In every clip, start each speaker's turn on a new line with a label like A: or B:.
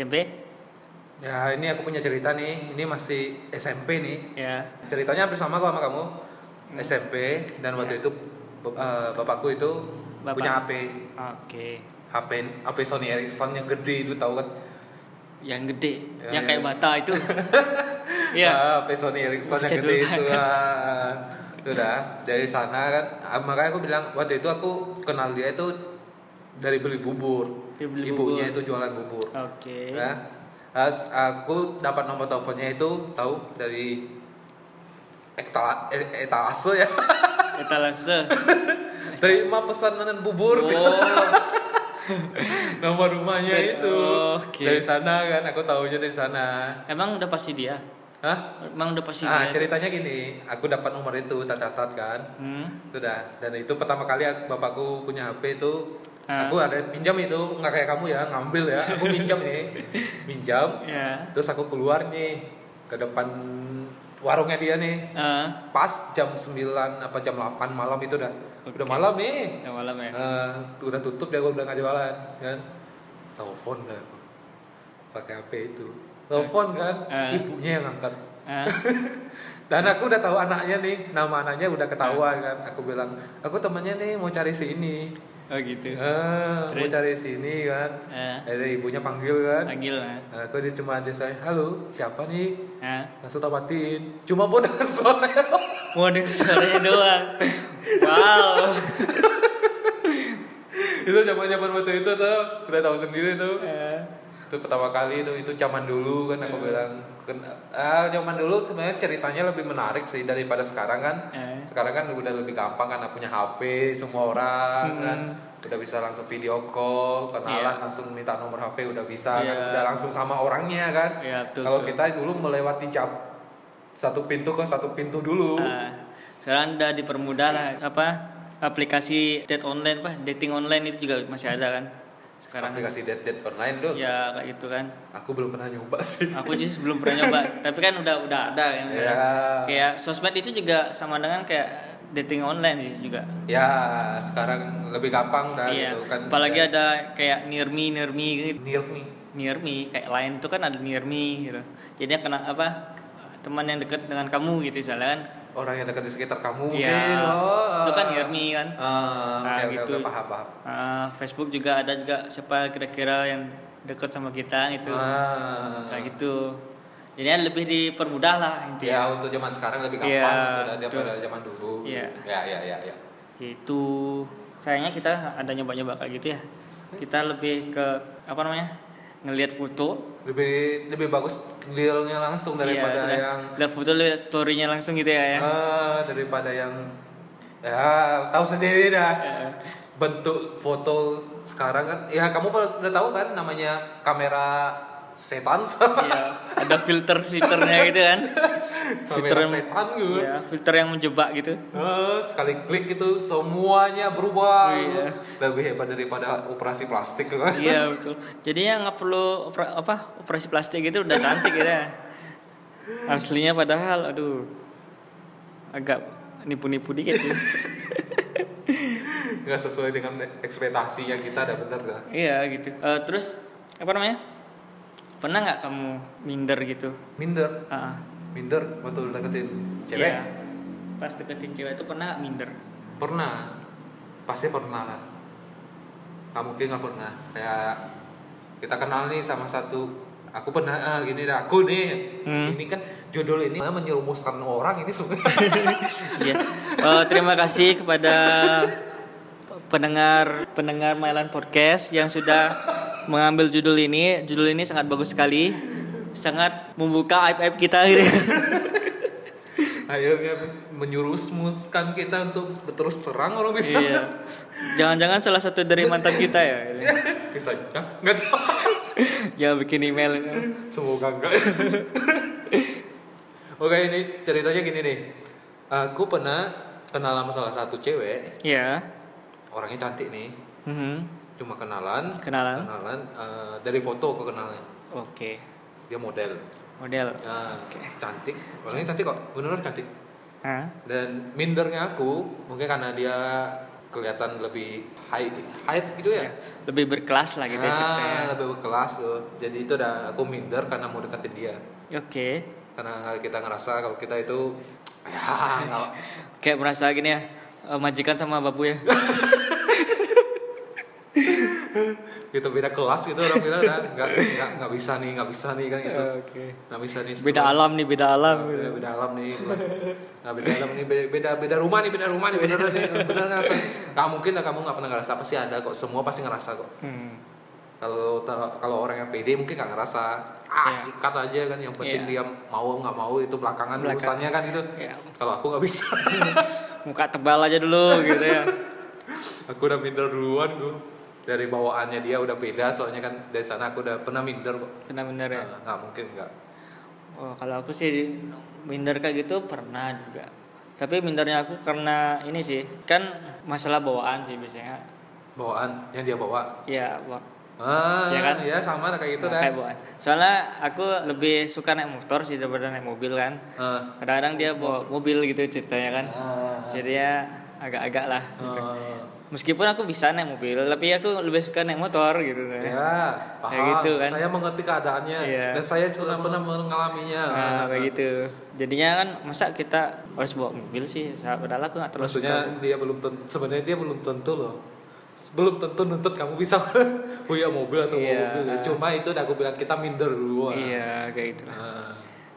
A: SMP
B: Ya ini aku punya cerita nih, ini masih SMP nih.
A: ya
B: Ceritanya hampir sama kok sama kamu.
A: Hmm.
B: SMP dan waktu itu b- eh, bapakku itu
A: Iya. Bapak.
B: punya HP,
A: oke
B: HP HP Sony Ericsson yang gede itu tahu kan?
A: yang gede
B: Ya,
A: yang
B: ya.
A: kayak bata itu ya
B: Ah, HP Sony Ericsson
A: Uh,
B: yang
A: jadul
B: gede itu. ah. Udah dari sana kan, ah, makanya aku bilang waktu itu aku kenal dia itu dari beli bubur.
A: Dia beli bubur.
B: Ibunya itu jualan bubur.
A: oke
B: Ya. Terus aku dapat nomor teleponnya itu tahu dari etala- e- etalase ya.
A: etalase
B: Terima pesanan bubur
A: oh
B: nomor rumahnya
A: Dan-
B: itu.
A: oke.
B: Dari sana kan aku tahunya dari sana.
A: emang udah pasti dia
B: Hah?
A: emang udah pasti
B: Ah,
A: dia
B: ceritanya gini, aku dapat nomor itu tak catat kan.
A: hmm?
B: Sudah. Dan itu pertama kali aku- bapakku punya HP itu
A: Ah.
B: aku ada pinjam itu nggak kayak kamu ya ngambil ya aku pinjam nih pinjam
A: ya
B: terus aku keluar nih ke depan warungnya dia nih
A: Eh,
B: pas jam 9 apa jam 8 malam itu udah udah malam nih
A: udah malam ya
B: Eh, udah tutup ya gue udah nggak jualan kan telepon dah aku. pakai HP itu telepon kan
A: Eh.
B: ibunya yang angkat
A: Eh,
B: dan aku udah tahu anaknya nih nama anaknya udah ketahuan
A: Eh.
B: kan aku bilang aku temannya nih mau cari sini
A: oh gitu
B: Eh, mau
A: Terus?
B: cari sini kan
A: Eh,
B: ada ibunya panggil kan
A: panggil lah
B: Nah, aku dia cuma ada saya halo siapa nih
A: Eh,
B: langsung tapatin cuma mau dengar suaranya
A: mau denger suaranya doang wow
B: itu zaman zaman waktu itu tuh udah tahu sendiri tuh
A: Eh,
B: itu pertama kali itu itu zaman dulu kan aku
A: Iya.
B: bilang ken- ah zaman dulu sebenarnya ceritanya lebih menarik sih daripada sekarang kan
A: eh,
B: sekarang kan udah lebih gampang karena punya HP semua orang
A: Hmm.
B: kan udah bisa langsung video call kenalan langsung minta nomor HP udah bisa kan?
A: Iya.
B: udah langsung sama orangnya kan
A: ya betul
B: kalau
A: betul.
B: kita dulu melewati jam satu pintu ke satu pintu dulu
A: Ah, sekarang udah dipermudah lah apa aplikasi date online apa dating online itu juga masih ada kan sekarang
B: aplikasi date date online tuh
A: ya kayak gitu kan
B: aku belum pernah nyoba sih
A: aku just belum pernah nyoba tapi kan udah udah ada kan
B: ya
A: kayak sosmed itu juga sama dengan kayak dating online sih juga
B: ya sekarang lebih gampang dah
A: iya
B: gitu kan
A: apalagi ada kayak near me near me gitu.
B: Nirp nih
A: near me kayak lain tuh kan ada near me gitu jadi kena apa teman yang dekat dengan kamu gitu misalnya kan
B: orang yang dekat di sekitar kamu
A: Iya.
B: mungkin oh.
A: itu kan near me kan
B: ah,
A: Ah,
B: oke, oke,
A: gitu.
B: oke, paham paham
A: Ah, Facebook juga ada juga siapa kira-kira yang dekat sama kita gitu
B: Ah.
A: kayak gitu jadi lebih dipermudah lah
B: ya
A: intinya
B: untuk zaman sekarang lebih
A: Iya,
B: gampang daripada-
A: betul.
B: daripada zaman dulu
A: Iya.
B: ya ya ya ya
A: itu Gitu. sayangnya kita ada nyoba-nyoba kayak gitu ya kita lebih ke apa namanya ngelihat foto
B: lebih lebih bagus realnya langsung
A: Iya,
B: daripada
A: lihat-
B: yang
A: lihat foto lihat storynya langsung gitu ya, ya.
B: ah, daripada yang ya tahu sendiri dah
A: Eh,
B: bentuk foto sekarang kan ya kamu udah tahu kan namanya kamera setan
A: Iya, ada filter filternya gitu kan filter
B: kamera
A: yang
B: setan gitu
A: iya, filter yang menjebak gitu
B: Eh, sekali klik itu semuanya berubah
A: Iya.
B: lebih hebat daripada operasi plastik kan
A: iya betul jadinya nggak perlu opera- apa operasi plastik itu udah cantik ya aslinya padahal aduh agak nipu-nipu dikit ya.
B: nggak sesuai dengan ekspektasi yang kita ada bener kan
A: iya gitu Eh, terus apa namanya pernah nggak kamu minder gitu
B: minder
A: Ah,
B: minder waktu deketin cewek
A: iya. pas deketin cewek itu pernah nggak minder
B: pernah pasti pernah lah nggak mungkin nggak pernah kayak kita kenal nih sama satu aku pernah ah, gini dah aku nih
A: Hmm.
B: ini kan judul ini malah menyerumuskan orang ini sebenarnya
A: Iya. Eh, terima kasih kepada pendengar pendengar Mylan Podcast yang sudah mengambil judul ini. Judul ini sangat bagus sekali. Sangat membuka aib-aib kita gitu.
B: akhirnya menyerumuskan kita untuk terus terang orang bilang
A: iya. Jangan-jangan salah satu dari mantan kita ya.
B: bisa ya nggak tahu
A: Jangan bikin email.
B: Semoga enggak. Oke ini ceritanya gini nih. Aku pernah kenal sama salah satu cewek.
A: Iya.
B: Orangnya cantik nih.
A: Mhm.
B: Cuma kenalan.
A: Kenalan.
B: Kenalan eh, dari foto aku kenalnya.
A: Oke.
B: Dia model.
A: Model.
B: Nah, Cantik. Orangnya cantik kok. Beneran cantik.
A: Hah?
B: Dan mindernya aku mungkin karena dia kelihatan lebih high height gitu ya.
A: lebih berkelas lah gitu ya ceritanya.
B: Ah, lebih berkelas tuh. Jadi itu udah aku minder karena mau deketin dia.
A: Oke.
B: Karena kita ngerasa kalau kita itu ya nggak-
A: Kayak merasa gini ya, eh, majikan sama babu ya.
B: gitu beda kelas gitu orang bilang "Nah, nggak nggak nggak bisa nih nggak bisa nih kan gitu nggak bisa nih
A: Iya. Beda alam nih, beda alam.
B: beda, beda alam nih nggak beda alam nih beda, beda beda rumah nih beda rumah nih bener nih bener rasa nggak mungkin lah kamu nggak pernah ngerasa pasti ada kok semua pasti ngerasa kok
A: Hmm.
B: kalau tar- kalau orang yang pede mungkin nggak ngerasa
A: Iya.
B: ah sikat aja kan yang penting dia mau nggak mau itu belakangan urusannya kan gitu
A: Iya.
B: kalau aku nggak bisa
A: Muka tebal aja dulu gitu ya.
B: aku udah minder duluan tuh dari bawaannya dia udah beda soalnya kan dari sana aku udah pernah minder kok
A: Benar-benar ya.
B: Nah, nggak mungkin nggak
A: Oh, kalau aku sih minder kayak gitu pernah juga. Tapi mindernya aku karena ini sih, kan masalah bawaan sih biasanya.
B: bawaan yang dia bawa
A: Ya, bawa-
B: ah
A: Iya
B: ya,
A: kan?
B: sama lah kayak gitu dah
A: kayak bawaan. Soalnya aku lebih suka naik motor sih daripada naik mobil kan.
B: Ah.
A: Kadang-kadang dia bawa mobil gitu ceritanya kan.
B: Ah.
A: Jadi ya agak-agak lah. gitu.
B: Ah.
A: Meskipun aku bisa naik mobil, tapi aku lebih suka naik motor gitu. kan.
B: ya paham
A: gitu kan.
B: saya mengerti keadaannya
A: Iya.
B: dan saya sudah pernah mengalaminya
A: Nah, kayak gitu. Jadinya kan masa kita harus bawa mobil sih? Sa- Padahal aku nggak terlalu suka.
B: maksudnya dia belum tentu sebenarnya dia belum tentu loh belum tentu nuntut kamu bisa punya mobil atau bawa
A: Iya.
B: mobil cuma itu udah aku bilang kita minder dulu Ah.
A: Iya, kayak gitu.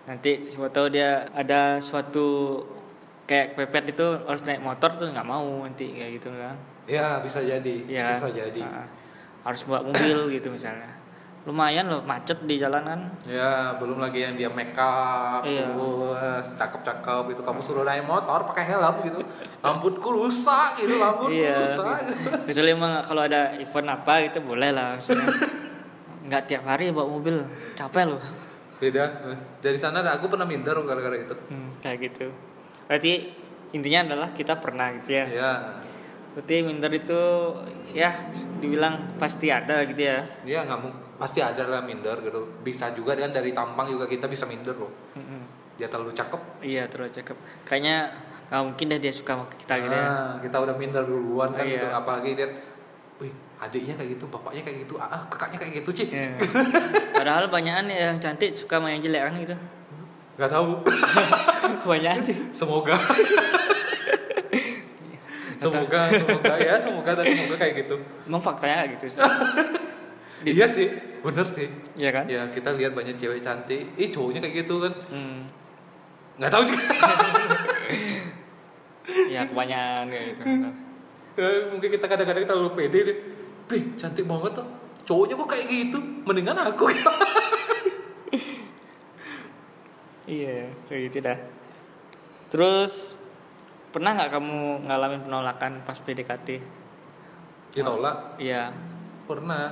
A: Nanti siapa tahu dia ada suatu kayak pepet itu harus naik motor tuh nggak mau nanti kayak gitu kan.
B: ya bisa jadi
A: Iya.
B: bisa jadi
A: Ah, harus bawa mobil gitu misalnya. Lumayan loh macet di jalan kan.
B: ya belum lagi yang dia make up
A: Iya.
B: terus cakep-cakep itu kamu suruh naik motor pakai helm gitu rambutku rusak gitu rambutku
A: Iya.
B: rusak
A: Kecuali emang kalau ada event apa gitu boleh lah misalnya. Nggak tiap hari bawa mobil, capek loh.
B: beda dari sana aku pernah minder gara-gara itu
A: Hmm, kayak gitu. Berarti intinya adalah kita pernah gitu ya.
B: ya
A: Berarti minder itu ya dibilang pasti ada gitu ya.
B: ya nggak mu- pasti ada lah minder gitu bisa juga kan dari tampang juga kita bisa minder loh
A: Mm-mm.
B: dia terlalu cakep
A: Iya terlalu cakep. Kayaknya nggak mungkin dah dia suka sama kita gitu ya.
B: Ah, kita udah minder duluan kan
A: Iya.
B: gitu apalagi dia wih adiknya kayak gitu bapaknya kayak gitu ah kakaknya kayak gitu sih
A: Iya. Padahal banyakan ya, yang cantik suka sama yang jelek kan gitu.
B: nggak tahu
A: Kebanyakan sih.
B: semoga semoga semoga ya semoga dan semoga kayak gitu
A: Emang faktanya kayak gitu sih.
B: iya sih bener sih
A: Iya kan?
B: ya kita lihat banyak cewek cantik ih cowoknya kayak gitu kan
A: Hmm.
B: nggak tahu juga
A: Ya kebanyakan kayak gitu.
B: Ya, mungkin kita kadang-kadang kita terlalu pede deh. Bih, cantik banget tuh. Cowoknya kok kayak gitu? Mendingan aku.
A: iya kayak gitu dah. Terus pernah nggak kamu ngalamin penolakan pas PDKT?
B: Ditolak.
A: Iya.
B: Pernah.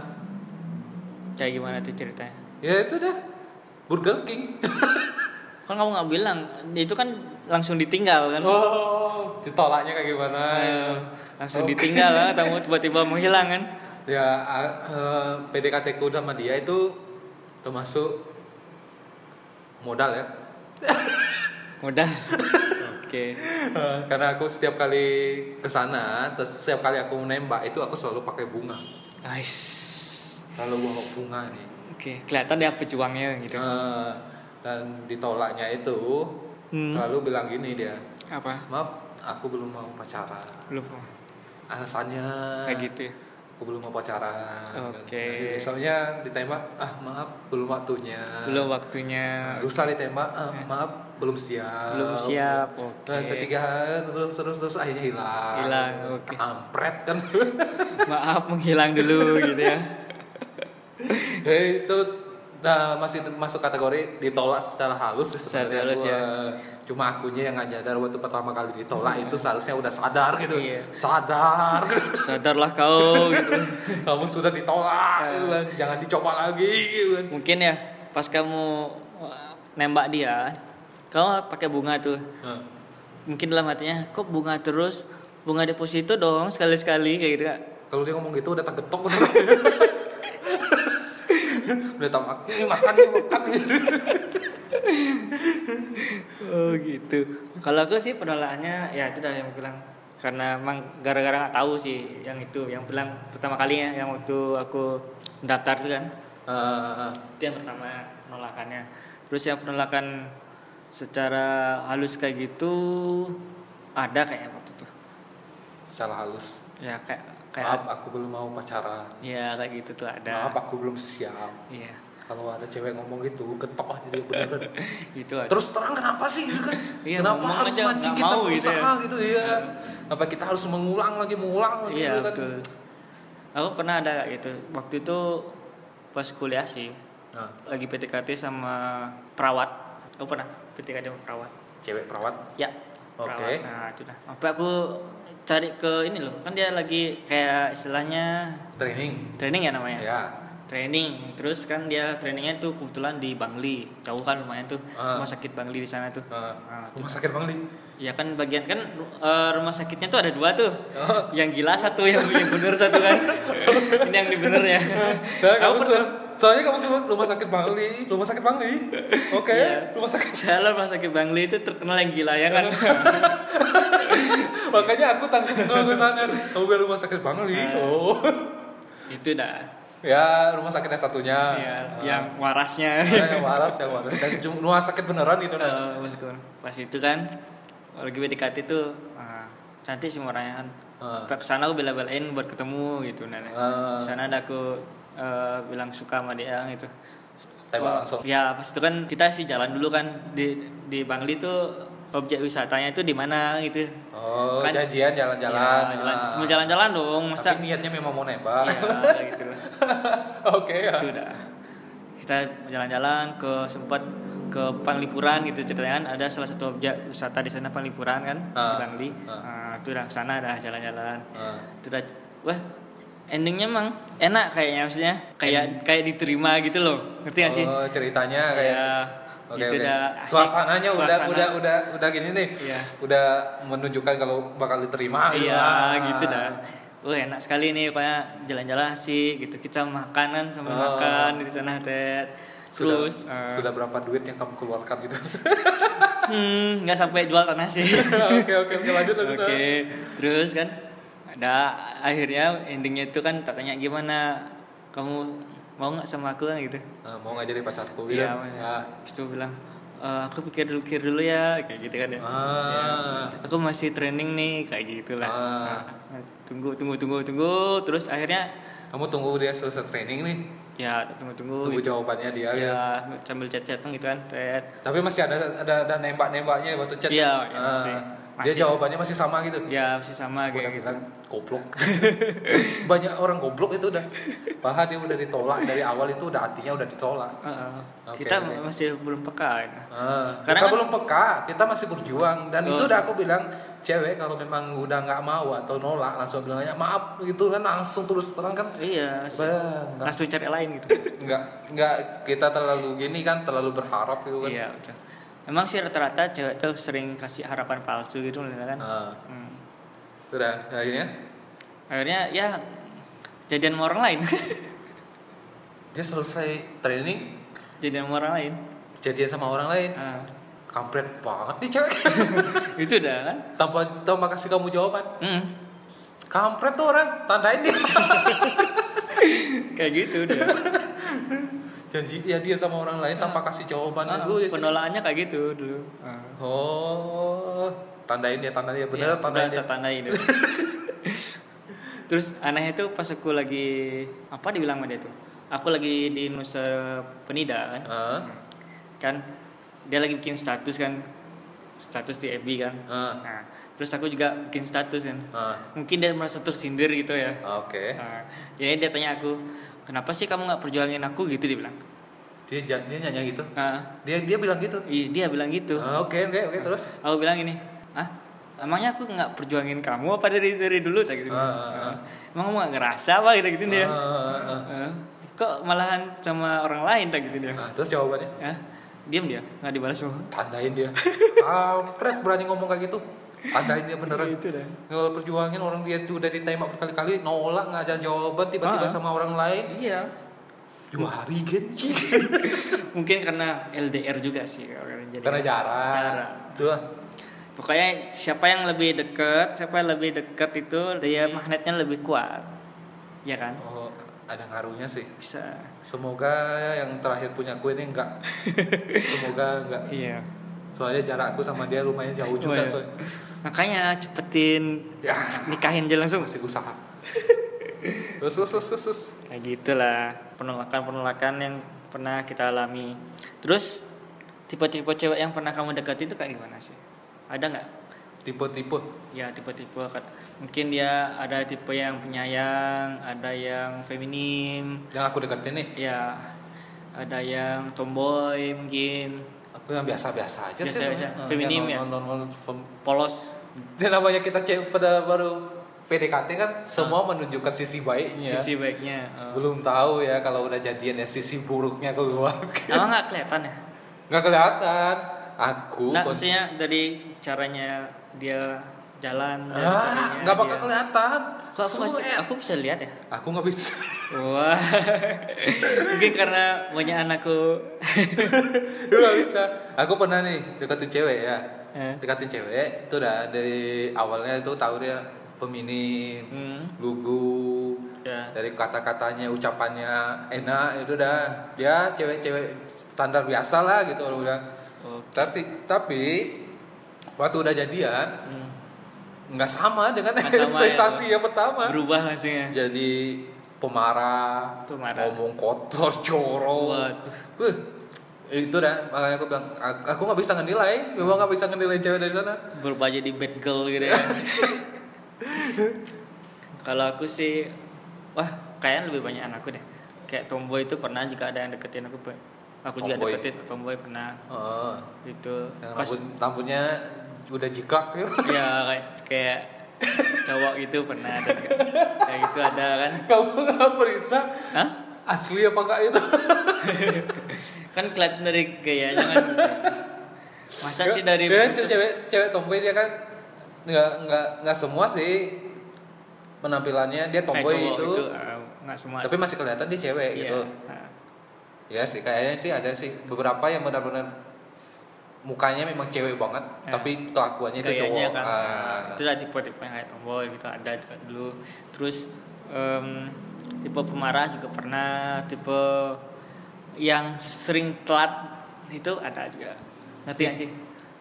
A: Kayak gimana tuh ceritanya?
B: Ya itu dah. Burger King.
A: Kan kamu nggak bilang, itu kan langsung ditinggal kan?
B: Oh, ditolaknya kayak gimana?
A: Eh, langsung ditinggal kan? Kamu tiba-tiba menghilang kan?
B: Ya, a- eh, PDKT ku sama dia itu termasuk modal ya.
A: Udah. Oke.
B: Eh, Karena aku setiap kali ke sana, terus setiap kali aku nembak itu aku selalu pakai bunga.
A: Nice.
B: Selalu bawa bunga nih.
A: Oke, kelihatan dia pejuangnya gitu.
B: Eh, dan ditolaknya itu
A: Hmm.
B: selalu bilang gini dia
A: Apa?
B: maaf aku belum mau pacaran
A: Lupa.
B: alasannya
A: Kayak gitu. ya.
B: aku belum mau pacaran
A: Oke.
B: Jadi misalnya ditembak ah maaf belum waktunya
A: Belum waktunya.
B: rusak ditembak ah, maaf belum siap
A: Belum siap. Oke.
B: Nah, ketiga hari, terus terus terus akhirnya hilang
A: Hilang, oke.
B: kampret kan
A: Maaf menghilang dulu gitu ya.
B: Jadi itu nah, masih masuk kategori ditolak secara halus sih
A: Secara
B: sebenarnya
A: halus,
B: gua.
A: ya.
B: cuma akunya yang nggak nyadar waktu pertama kali ditolak itu seharusnya udah sadar gitu
A: Iya.
B: sadar gitu.
A: Sadarlah kau gitu.
B: kamu sudah ditolak
A: Iya.
B: gitu kan. jangan dicoba lagi gitu kan.
A: Mungkin ya pas kamu uh, nembak dia, kamu pakai bunga tuh. Mungkin dalam hatinya kok bunga terus? Bunga deposito dong sekali-sekali kayak gitu. Kak.
B: kalau dia ngomong gitu udah tak getok bener. udah tak makan makan nih, makan
A: Oh gitu. Kalau aku sih penolakannya ya itu dah yang aku bilang karena emang gara-gara nggak tahu sih yang itu yang bilang pertama kalinya yang waktu aku daftar itu kan
B: Ah, ah, ah.
A: itu yang pertama penolakannya terus yang penolakan secara halus kayak gitu ada kayaknya waktu itu
B: Salah halus.
A: ya kayak kayak
B: Maaf, aku belum mau pacaran.
A: ya kayak gitu tuh ada
B: Maaf, aku belum siap.
A: iya
B: Kalau ada cewek ngomong gitu, ketok aja dia beneran.
A: itu gitu ada
B: Terus terang kenapa sih gitu kan?
A: Iya,
B: kenapa
A: ngomong
B: harus
A: aja,
B: mancing
A: nggak
B: kita
A: mau gitu
B: berusaha
A: ya.
B: gitu, ya? Apa kita harus mengulang lagi, mengulang lagi
A: iya
B: gitu kan?
A: betul aku pernah ada kayak gitu waktu itu pas kuliah sih
B: Nah,
A: lagi PTKT sama perawat aku pernah PTKT sama perawat
B: cewek perawat.
A: ya
B: Oke.
A: perawat nah itu dah sampai aku cari ke ini loh kan dia lagi kayak istilahnya
B: Training.
A: training ya namanya
B: Ya.
A: training terus kan dia trainingnya tuh kebetulan di Bangli jauh kan lumayan tuh
B: Ah.
A: rumah sakit Bangli di sana tuh
B: Ah,
A: Ah,
B: rumah sakit Bangli.
A: ya kan bagian kan ru- eh, rumah sakitnya tuh ada dua tuh
B: Oh.
A: yang gila satu yang yang bener satu kan ini yang di bener ya
B: Soalnya kamu,
A: Aku pernah-
B: sebut- soalnya kamu sebut rumah sakit Bangli, rumah sakit Bangli. Oke,
A: Iya.
B: rumah sakit.
A: Soalnya rumah sakit Bangli itu terkenal yang gila ya kan
B: Makanya aku langsung ke sana. Kamu bilang rumah sakit Bangli.
A: Iya.
B: Oh.
A: itu dah
B: Ya, rumah sakit yang satunya.
A: ya,
B: Ah.
A: yang warasnya
B: Ah, yang waras, yang waras. Dan cuma rumah sakit beneran itu. Nah.
A: Eh, pas ke- pas itu kan lagi PDKT tuh ah, cantik sih orangnya kan
B: Ah.
A: Sampai kesana aku bela-belain buat ketemu gitu nah
B: Ah.
A: di sana ada aku eh, bilang suka sama dia gitu
B: Tembak
A: Wah,
B: langsung.
A: ya pas itu kan kita sih jalan dulu kan di di Bangli tuh objek wisatanya itu di mana gitu
B: Oh,
A: Kan-
B: janjian jalan-jalan.
A: Ya, jalan
B: Ah.
A: semua jalan-jalan dong masa
B: Tapi niatnya memang mau nembak.
A: ya kayak gitu lah.
B: Oke ya.
A: itu udah kita jalan-jalan ke sempat ke Panglipuran gitu ceritanya kan ada salah satu objek wisata di sana Panglipuran kan di
B: Ah,
A: Bangli
B: ah.
A: Ah, itu udah sana dah jalan-jalan
B: Ah.
A: itu udah wah endingnya emang enak kayaknya maksudnya kayak kayak diterima gitu loh ngerti gak sih
B: Oh, ceritanya kayak
A: Ya,
B: Oke,
A: gitu
B: oke.
A: dah. Asik.
B: Suasananya udah
A: Suasana.
B: udah udah udah gini nih.
A: Iya.
B: Udah menunjukkan kalau bakal diterima gitu
A: iya
B: lah.
A: gitu dah wah enak sekali nih pak jalan-jalan sih gitu kita makanan sambil
B: Oh.
A: makan di sana Ted
B: Sudah-
A: terus eh,
B: sudah berapa duit yang kamu keluarkan gitu.
A: hmm nggak sampai jual tanah sih
B: Oke, oke, oke lanjut
A: Oke,
B: lanjut. lanjut.
A: terus kan ada akhirnya endingnya itu kan tak tanya gimana kamu mau nggak sama aku kan gitu.
B: Ah, mau nggak jadi pacarku gitu.
A: Iya,
B: Ah.
A: terus dia bilang "E, aku pikir dulu pikir dulu ya kayak gitu kan ya. Ya,
B: Ah.
A: Aku masih training nih kayak gitulah.
B: Ah.
A: Nah, tunggu tunggu tunggu tunggu terus akhirnya
B: Kamu tunggu dia selesai training nih.
A: ya tunggu tunggu.
B: Tunggu
A: gitu.
B: jawabannya dia. gitu.
A: Ya, sambil chat-chatan gitu kan. Chat.
B: Tapi masih ada ada ada nembak-nembaknya waktu chat.
A: Iya, iya,
B: Ah.
A: masih.
B: Dia
A: Masih.
B: jawabannya masih sama gitu.
A: Ya, masih sama
B: Udah
A: kayak gitu.
B: bilang goblok. Banyak orang goblok itu udah. Paha dia udah ditolak dari awal itu udah artinya udah ditolak.
A: Heeh.
B: Oke,
A: Ah, kita
B: oke.
A: masih belum peka. ya.
B: Ah,
A: Sekarang
B: kita
A: kan-
B: belum peka, kita masih berjuang dan
A: Oh,
B: itu udah aku bilang cewek kalau memang udah nggak mau atau nolak langsung bilangnya maaf gitu kan langsung terus terang kan
A: Iya,
B: Bah, nggak
A: langsung cari lain gitu.
B: nggak nggak kita terlalu gini kan terlalu berharap gitu kan.
A: iya betul. emang sih rata-rata cewek tuh sering kasih harapan palsu gitu kan
B: Ah,
A: Hmm.
B: sudah akhirnya
A: akhirnya ya jadian sama orang lain
B: dia selesai training
A: jadian sama orang lain
B: jadian sama orang lain
A: Ah,
B: kampret banget nih cewek
A: itu udah kan
B: tanpa tanpa kasih kamu jawaban
A: Hmm,
B: kampret tuh orang tandain dia
A: kayak gitu udah
B: janji jadian sama orang lain tanpa kasih jawaban
A: Ah,
B: Aduh, ya sedih.
A: penolakannya kayak gitu dulu Ah.
B: Oh, tandain ya, tandain ya, bener
A: Ya, udah
B: tandain ya.
A: tertandain udah. terus anehnya tuh pas aku lagi apa dibilang sama dia tuh aku lagi di Nusa Penida kan
B: Heeh.
A: kan dia lagi bikin status kan status di FB kan
B: Heeh.
A: Nah, terus aku juga bikin status kan.
B: Heeh.
A: Mungkin dia merasa tersindir gitu ya.
B: ah. Oke.
A: Nah, jadi dia tanya aku, kenapa sih kamu nggak perjuangin aku gitu dia bilang.
B: Dia ja- dia nyanyi gitu.
A: Nah,
B: Dia dia bilang gitu.
A: i- dia bilang gitu.
B: Ah, Oke, oke, oke, terus.
A: Aku bilang gini, ah emangnya aku nggak perjuangin kamu apa dari dari dulu tak gitu.
B: Ah, ah, ah.
A: Emang kamu nggak ngerasa apa gitu gitu dia.
B: Ah, ah, ah,
A: Ah, kok malahan sama orang lain tak gitu dia.
B: ah. Ah, terus jawabannya
A: Ah, diam dia, nggak dibalas semua.
B: tandain dia. Kampret berani ngomong kayak gitu. Tandain dia beneran.
A: Gitu dah.
B: Kalau perjuangin orang dia tuh udah ditembak berkali-kali nolak nggak ada jawaban
A: Ah.
B: tiba-tiba sama orang lain.
A: Iya.
B: Dua hari genji.
A: Mungkin karena LDR juga sih orang jadi.
B: Karena jarak.
A: Jarak.
B: Dua.
A: pokoknya siapa yang lebih deket siapa yang lebih deket itu dia magnetnya lebih kuat ya kan
B: Oh, ada ngaruhnya sih.
A: bisa
B: Semoga yang terakhir punya aku ini enggak. Semoga enggak.
A: iya
B: Soalnya jarakku sama dia lumayan jauh juga
A: Lumayan.
B: soalnya.
A: makanya cepetin
B: Ya,
A: nikahin aja langsung
B: mesti usaha. Terus terus terus terus. terus.
A: kayak gitulah penolakan penolakan yang pernah kita alami terus tipe-tipe cewek yang pernah kamu dekati itu kayak gimana sih ada nggak
B: Tipe-tipe.
A: ya tipe-tipe kan mungkin dia ada tipe yang penyayang ada yang feminim
B: Yang aku deketin nih,
A: ya ada yang tomboy mungkin
B: aku yang biasa-biasa aja
A: Biasa aja.
B: sih. sebenarnya. Eh,
A: Feminim
B: yang
A: ya?
B: non- non- non- fem-
A: polos
B: Dan namanya kita cewek pada baru PDKT kan semua menunjukkan sisi baiknya.
A: Ah. sisi baiknya eh.
B: Belum tahu ya kalau udah jadian ya sisi buruknya keluar.
A: emang nggak kelihatan ya
B: Nggak kelihatan. Aku
A: nggak
B: kon-
A: maksudnya dari caranya dia jalan dan caranya
B: Ah, nggak bakal
A: dia-
B: kelihatan.
A: Kok aku,
B: Semua
A: iya, masih,
B: enak.
A: aku bisa lihat ya
B: Aku nggak bisa.
A: Wah, mungkin karena banyak anakku.
B: nggak bisa. Aku pernah nih deketin cewek ya.
A: Eh.
B: Deketin cewek itu udah dari awalnya itu tahu dia peminim,
A: Hmm.
B: lugu.
A: Ya.
B: Dari kata-katanya, ucapannya enak itu udah dia cewek-cewek standar biasa lah gitu orang bilang.
A: Oh.
B: Tapi tapi waktu udah jadian
A: Hmm.
B: nggak sama dengan
A: Nggak sama ya,
B: ekspektasi
A: Bro.
B: yang pertama.
A: Berubah langsung ya.
B: jadi pemarah,
A: Pemarah.
B: ngomong kotor, jorok.
A: Waduh.
B: Wih, itu dah makanya aku bilang "Ak- aku nggak bisa ngenilai, memang nggak bisa ngenilai cewek dari sana.
A: Berubah jadi bad girl gitu ya. Kalau aku sih, wah kayaknya lebih banyak anakku deh. Kayak tomboy itu pernah juga ada yang deketin aku. Pak. Aku juga
B: Tomboy.
A: deketin tomboy pernah
B: Oh,
A: gitu.
B: yang
A: Pas-
B: rambut rambutnya udah jikak gitu.
A: ya kayak, kayak cowok gitu pernah ada. juga. Kayak gitu ada kan?
B: Kamu nggak periksa
A: Hah?
B: asli apa enggak itu?
A: kan kelihatan dari gayanya kan masa sih dari
B: Dia
A: bentuk-
B: cewek cewek tomboy dia kan nggak nggak nggak semua sih penampilannya dia
A: kayak
B: tomboy
A: cowok
B: itu,
A: ah, nggak semua
B: tapi masih kelihatan dia cewek
A: Iya.
B: gitu.
A: Ah,
B: Ya sih kayaknya sih ada sih beberapa yang benar-benar mukanya memang cewek banget
A: Ya.
B: tapi kelakuannya dia
A: gayanya
B: cowok.
A: kan
B: Ah.
A: itu lah tipe tipe yang kayak tomboy gitu ada juga dulu terus em, tipe pemarah juga pernah tipe yang sering telat itu ada juga ngerti nggak sih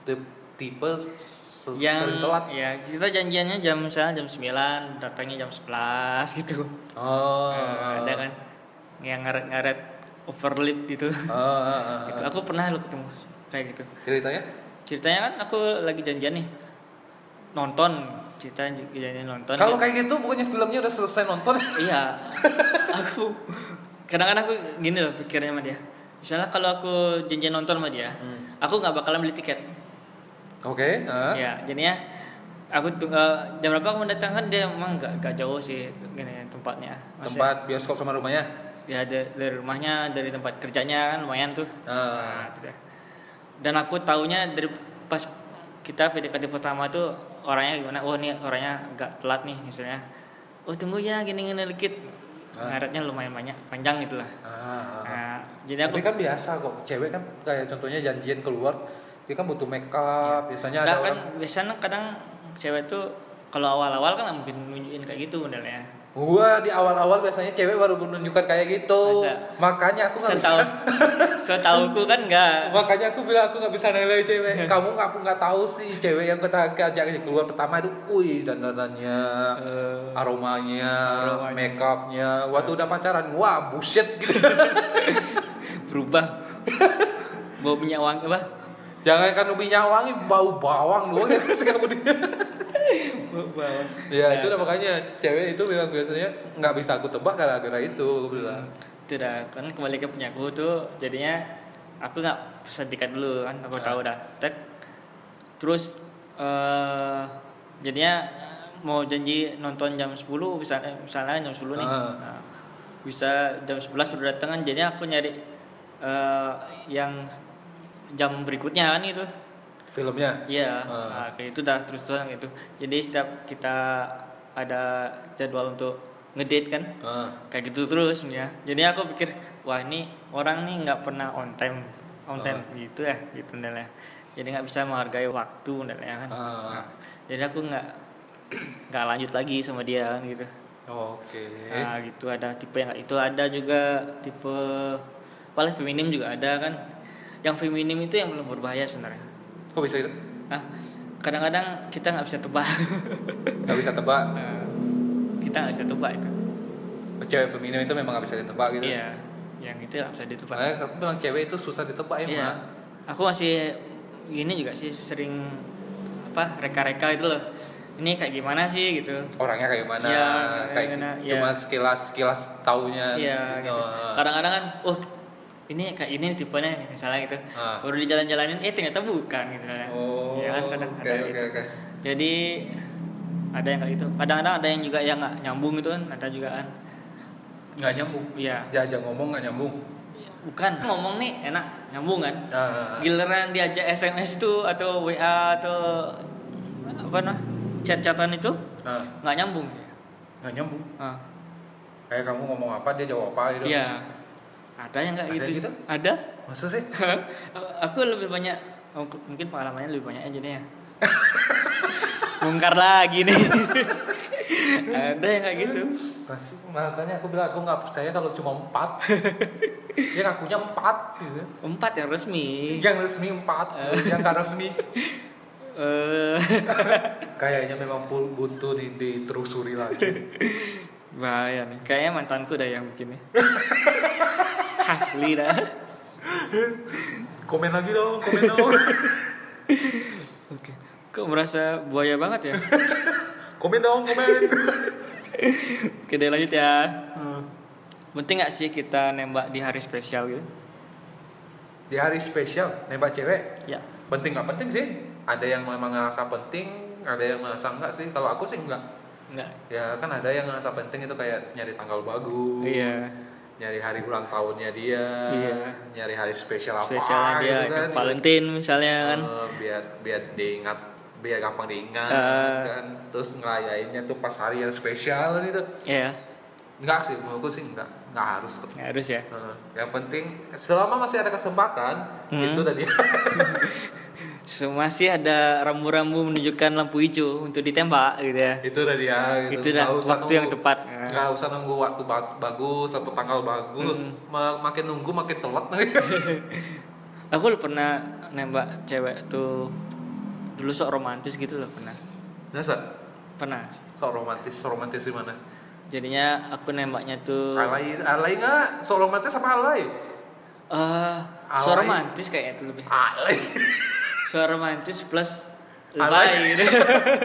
B: Tip- tipe se-
A: yang
B: sering telat.
A: ya kita janjiannya jam misalnya jam 9 datangnya jam 11 gitu
B: Oh.
A: Eh, ada kan yang ngaret-ngaret overlip gitu
B: Ah, ah, ah,
A: gitu
B: ah.
A: aku pernah lo ketemu kayak gitu
B: Ceritanya?
A: ceritanya kan aku lagi janjian nih nonton ceritanya j- janjian nonton
B: Kalau
A: Ya-
B: kayak gitu pokoknya filmnya udah selesai nonton.
A: iya aku kadang-kadang aku gini loh pikirnya sama dia misalnya kalau aku janjian nonton sama dia
B: Hmm.
A: aku nggak bakalan beli tiket
B: Oke. ah.
A: ya jadinya aku tuh jam berapa aku mendatang kan dia emang nggak nggak jauh sih gini tempatnya Maksudnya-
B: Tempat bioskop sama rumahnya.
A: ya da- dari rumahnya dari tempat kerjanya kan lumayan tuh Nah,
B: Ah.
A: itu dia. dan aku taunya dari pas kita PDKT pertama tuh orangnya gimana oh nih orangnya agak telat nih misalnya oh tunggu ya gini gini dikit ngaretnya lumayan banyak panjang gitulah
B: Ah, ah.
A: nah, jadi aku
B: Tapi kan biasa kok cewek kan kayak contohnya janjian keluar dia kan butuh make up, biasanya
A: Nggak,
B: ada
A: kan
B: orang
A: biasanya kadang cewek tuh kalau awal-awal kan nggak mungkin nunjukin kayak gitu modelnya
B: Gua di awal-awal biasanya cewek baru menunjukkan kayak gitu.
A: Masa?
B: Makanya aku nggak bisa.
A: setahu setauku kan nggak
B: Makanya aku bilang aku nggak bisa nilai cewek. Kamu nggak nggak tahu sih cewek yang kita ajak keluar pertama itu, wih dandanannya, aromanya,
A: Eh. aromanya.
B: make upnya. Waktu udah pacaran, wah buset gitu.
A: berubah bau minyak wangi apa
B: Jangan kan minyak wangi, bau bawang doang yang sekarang dia. Ya itu udah makanya cewek itu bilang biasanya nggak bisa aku tebak gara-gara itu. Aku bilang.
A: itu dah kan kembali ke punya aku tuh jadinya aku nggak pesan tiket dulu kan aku tahu dah tek terus eh jadinya mau janji nonton jam 10 bisa eh, misalnya jam 10 nih
B: Ah.
A: Nah, bisa jam 11 baru datang kan jadinya aku nyari eh yang jam berikutnya kan gitu
B: Filmnya.
A: Iya,
B: Ah.
A: nah, kayak itu dah terus terusan gitu. Jadi setiap kita ada jadwal untuk ngedate kan,
B: Ah.
A: kayak gitu terus ya. Jadi aku Oh. pikir, wah ini orang nih nggak pernah on time, on time gitu ya, gitu nilainya. jadi nggak bisa menghargai waktu dan lain-lain kan
B: Ah.
A: jadi aku nggak nggak lanjut lagi sama dia kan gitu
B: Oke.
A: nah gitu ada tipe yang itu ada juga tipe paling feminim juga ada kan yang feminim itu yang belum berbahaya sebenarnya
B: Kok bisa itu?
A: nah kadang-kadang kita nggak bisa tebak
B: Gak bisa tebak.
A: Nah, kita nggak bisa tebak itu
B: Cewek feminim itu memang gak bisa ditebak gitu.
A: iya yang itu nggak bisa ditebak
B: Makanya kamu bilang cewek itu susah ditebak ya, emang.
A: Iya. Aku masih gini juga sih sering apa reka-reka itu loh. Ini kayak gimana sih gitu.
B: Orangnya kayak mana?
A: Iya,
B: kayak gitu.
A: gimana, iya.
B: cuma sekilas-sekilas taunya.
A: Iya gitu.
B: Oh.
A: Kadang-kadang kan oh ini kayak ini tipenya nih, misalnya gitu.
B: Ah.
A: Baru dijalan-jalanin eh ternyata bukan gitu kan.
B: Oh,
A: Iya kan kadang
B: oke,
A: ada
B: oke,
A: gitu.
B: oke.
A: Jadi ada yang kayak itu. Kadang-kadang ada yang juga yang nggak nyambung gitu kan, ada juga kan.
B: Nggak nyambung.
A: Iya.
B: Dia aja ngomong nggak nyambung.
A: Bukan ngomong nih enak nyambung kan.
B: Ah.
A: giliran diajak SMS tuh atau WA atau apa nah chat-chatan itu
B: Ah,
A: nggak nyambung
B: nggak nyambung.
A: Ah,
B: Kayak kamu ngomong apa dia jawab apa gitu.
A: iya ada yang nggak
B: Ada
A: gitu,
B: gitu?
A: ada
B: Masa sih?
A: aku lebih banyak oh, ke- mungkin pengalamannya lebih banyak aja nih ya bongkar lagi nih ada yang nggak gitu
B: Pasti makanya aku bilang aku nggak percaya kalau cuma empat. dia ngakunya empat gitu.
A: empat yang resmi
B: Yang resmi empat, yang nggak resmi.
A: Eh,
B: Kayaknya memang pun butuh di- diterusuri lagi.
A: bahaya nih kayaknya mantanku dah yang begini asli dah
B: Komen lagi dong, komen dong.
A: oke kok merasa buaya banget ya
B: komen dong, komen.
A: Oke deh lanjut ya.
B: Hmm.
A: Penting nggak sih kita nembak di hari spesial gitu?
B: Di hari spesial nembak cewek
A: Ya.
B: penting nggak penting sih? Ada yang memang ngerasa penting, ada yang ngerasa enggak sih. Kalau aku sih enggak.
A: Nggak.
B: Ya kan ada yang ngerasa penting itu kayak nyari tanggal bagus.
A: Iya.
B: nyari hari ulang tahunnya dia,
A: Iya.
B: nyari hari spesial apa,
A: Spesialnya dia
B: gitu
A: itu Valentine misalnya kan.
B: Eh, biar biar diingat, biar gampang diingat,
A: Eh.
B: kan, terus ngerayainnya tuh pas hari yang spesial gitu,
A: Iya.
B: enggak sih, menurutku sih enggak, enggak harus.
A: Nggak harus ya.
B: Eh, yang penting selama masih ada kesempatan
A: Hmm.
B: itu tadi
A: So, Masih ada rambu-rambu menunjukkan lampu hijau untuk ditembak gitu ya.
B: itu tadi ya gitu.
A: Itu dah
B: Nggak usah
A: waktu yang tepat. Ya.
B: nggak usah nunggu waktu ba- bagus atau tanggal bagus
A: Hmm.
B: Ma- makin nunggu makin telat
A: Aku lu pernah nembak cewek tuh dulu sok romantis gitu loh pernah.
B: Nasa,
A: Pernah.
B: so romantis, so romantis gimana?
A: Jadinya aku nembaknya tuh
B: Alay, alay nggak? So romantis apa alay?
A: eh so
B: Alay.
A: romantis kayaknya tuh lebih.
B: Alay.
A: So romantis plus
B: Alay.
A: lebay gitu.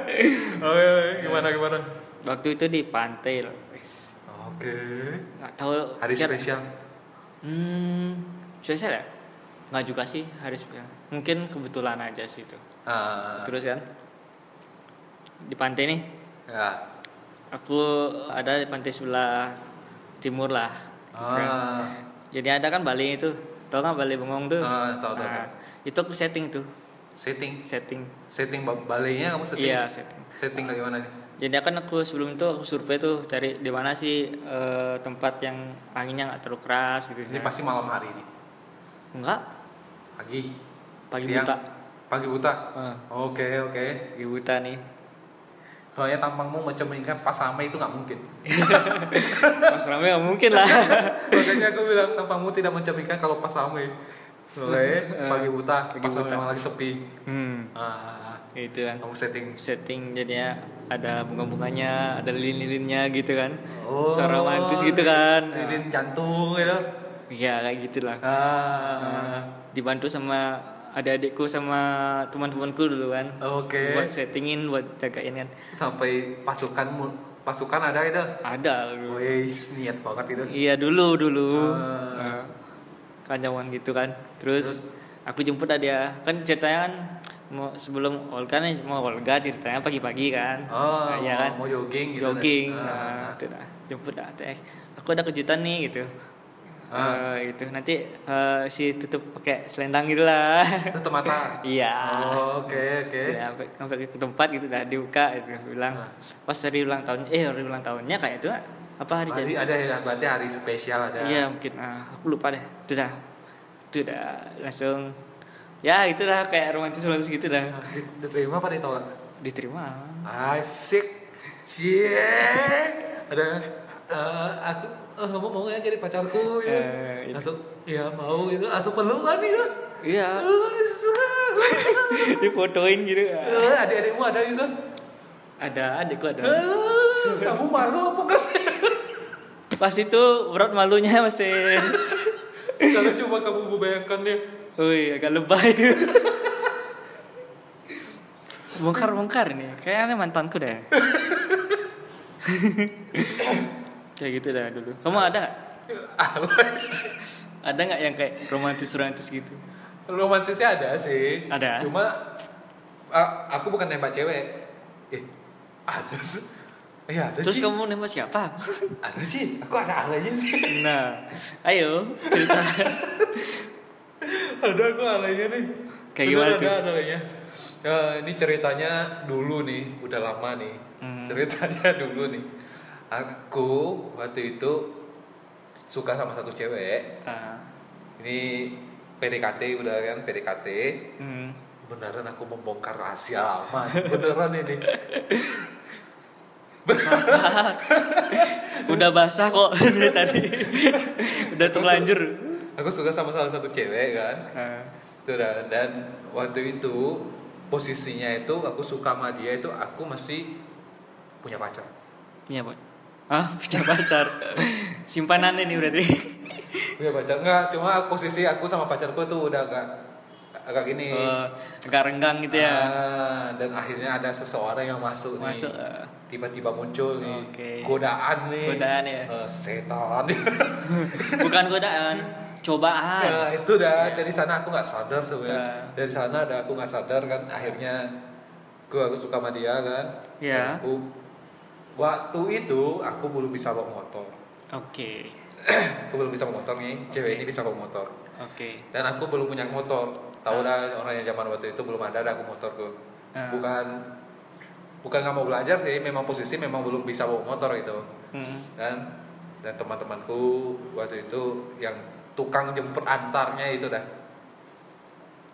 B: Oke, oke, gimana gimana?
A: waktu itu di pantai loh guys.
B: Oke.
A: nggak tahu
B: Hari
A: pikir-
B: spesial.
A: hmm spesial ya nggak juga sih hari spesial mungkin kebetulan aja sih itu
B: Ah,
A: terus kan di pantai nih
B: ya.
A: aku ada di pantai sebelah timur lah gitu kan.
B: Ah,
A: jadi ada kan Bali itu tau kan Bali Bengong tuh
B: Ah, tahu, tahu,
A: Nah, itu aku setting tuh
B: setting,
A: setting
B: setting ba- baliknya kamu setting.
A: iya setting
B: Setting kayak gimana nih?
A: jadi kan aku sebelum itu aku survei tuh cari di mana sih eh, tempat yang anginnya nggak terlalu keras gitu
B: Ini pasti malam hari nih.
A: enggak
B: Pagi.
A: Pagi
B: siang,
A: buta.
B: Pagi buta.
A: Ah.
B: Oke oke.
A: di buta nih
B: Soalnya tampangmu macam mengingat pas sama itu nggak mungkin.
A: Mas Rame nggak mungkin lah
B: Makanya aku bilang tampangmu tidak mencerminkan kalau pas rame. Oke, pagi buta,
A: Eh, Pagi
B: pas rame
A: buta.
B: memang lagi sepi.
A: hmm
B: Ah,
A: itu kan
B: kamu setting.
A: setting jadinya ada bunga-bunganya ada lilin-lilinnya gitu kan
B: Oh, Iya.
A: so romantis gitu kan
B: Lilin jantung gitu.
A: iya kayak gitulah Eh,
B: Ah,
A: dibantu sama adik-adikku sama teman-temanku dulu kan
B: oke.
A: buat settingin buat jagain kan
B: Sampai pasukanmu, pasukan ada itu.
A: ada dulu.
B: Wes niat banget gitu. itu.
A: iya dulu dulu
B: Ah.
A: kancawan gitu kan terus, aku jemput lah dia kan ceritanya kan mau sebelum Olga nih mau Olga ceritanya pagi-pagi kan
B: Oh,
A: Nah, iya kan
B: mau jogging gitu.
A: jogging
B: kan?
A: nah,
B: Ah.
A: itu dah jemput dah teh aku ada kejutan nih gitu
B: Ah.
A: Eh, itu nanti eh, si tutup pakai selendang gitu lah
B: Tutup mata.
A: iya
B: Oh, Oke, oke.
A: Gitu, sampai sampai ke tempat gitu dah dibuka gitu bilang
B: Ah.
A: pas hari ulang tahun eh hari ulang tahunnya kayak itu ah. apa hari jadi
B: Hari ada ya, berarti hari spesial ada.
A: Iya mungkin ah, aku lupa deh. Itu dah. Itu dah langsung ya itulah kayak romantis romantis gitu dah
B: Nah, di- diterima apa ditolak
A: diterima
B: asik cie ada eh, aku eh, kamu mau nggak jadi pacarku gitu.
A: Eh, itu.
B: langsung ya mau itu langsung pelukan gitu
A: iya Eh. difotoin gitu
B: Eh, adik-adikmu ada gitu
A: ada adikku ada
B: Eh, kamu malu apa gak sih?
A: pas itu berat malunya masih
B: sekarang coba kamu ya. membayangkannya
A: Wih, agak lebay. bongkar bongkar nih, kayaknya mantanku deh. kayak gitu dah dulu. Kamu ada nggak? Ada nggak yang kayak romantis romantis gitu?
B: romantisnya ada sih
A: Ada?
B: cuma a- aku bukan nembak cewek eh ada sih Iya ada
A: Terus
B: sih
A: kamu nembak siapa?
B: ada sih aku ada alanya sih
A: Nah, ayo cerita.
B: ada aku alanya nih
A: Kayak
B: Bener,
A: gimana
B: ada,
A: tuh?
B: ada alanya Eh, ini ceritanya dulu nih udah lama nih
A: Hmm.
B: ceritanya dulu nih aku waktu itu suka sama satu cewek
A: Ah,
B: ini PDKT udah kan PDKT
A: hmm.
B: beneran aku membongkar rahasia lama nih, beneran ini
A: Udah basah kok dari tadi. Udah terlanjur.
B: aku suka sama salah satu cewek kan
A: Ah,
B: itu dan, dan waktu itu posisinya itu aku suka sama dia itu aku masih punya pacar
A: Iya, Pak. Ah, punya pacar. Simpanan ini berarti.
B: punya pacar enggak cuma posisi aku sama pacarku tuh udah agak agak gini
A: Oh, agak renggang gitu ya.
B: Ah, dan akhirnya ada seseorang yang masuk,
A: Masuk.
B: nih
A: eh,
B: tiba-tiba muncul nih
A: Oke.
B: godaan nih
A: Godaan ya.
B: Eh, setan
A: bukan godaan, cobaan.
B: Nah, itu dah dari sana aku nggak sadar
A: Nah.
B: sebenarnya. Dari sana ada aku nggak sadar kan akhirnya gue aku suka sama dia kan.
A: Iya.
B: Aku waktu itu aku belum bisa bawa motor.
A: Oke.
B: Aku belum bisa bawa motor nih. Cewek
A: Oke.
B: ini bisa bawa motor.
A: Oke.
B: Dan aku belum punya motor. Tahu dah orang yang zaman waktu itu belum ada dah aku motorku.
A: Nah.
B: Bukan bukan nggak mau belajar sih, memang posisi memang belum bisa bawa motor gitu.
A: Hmm.
B: Dan dan teman-temanku waktu itu yang tukang jemput antarnya itu dah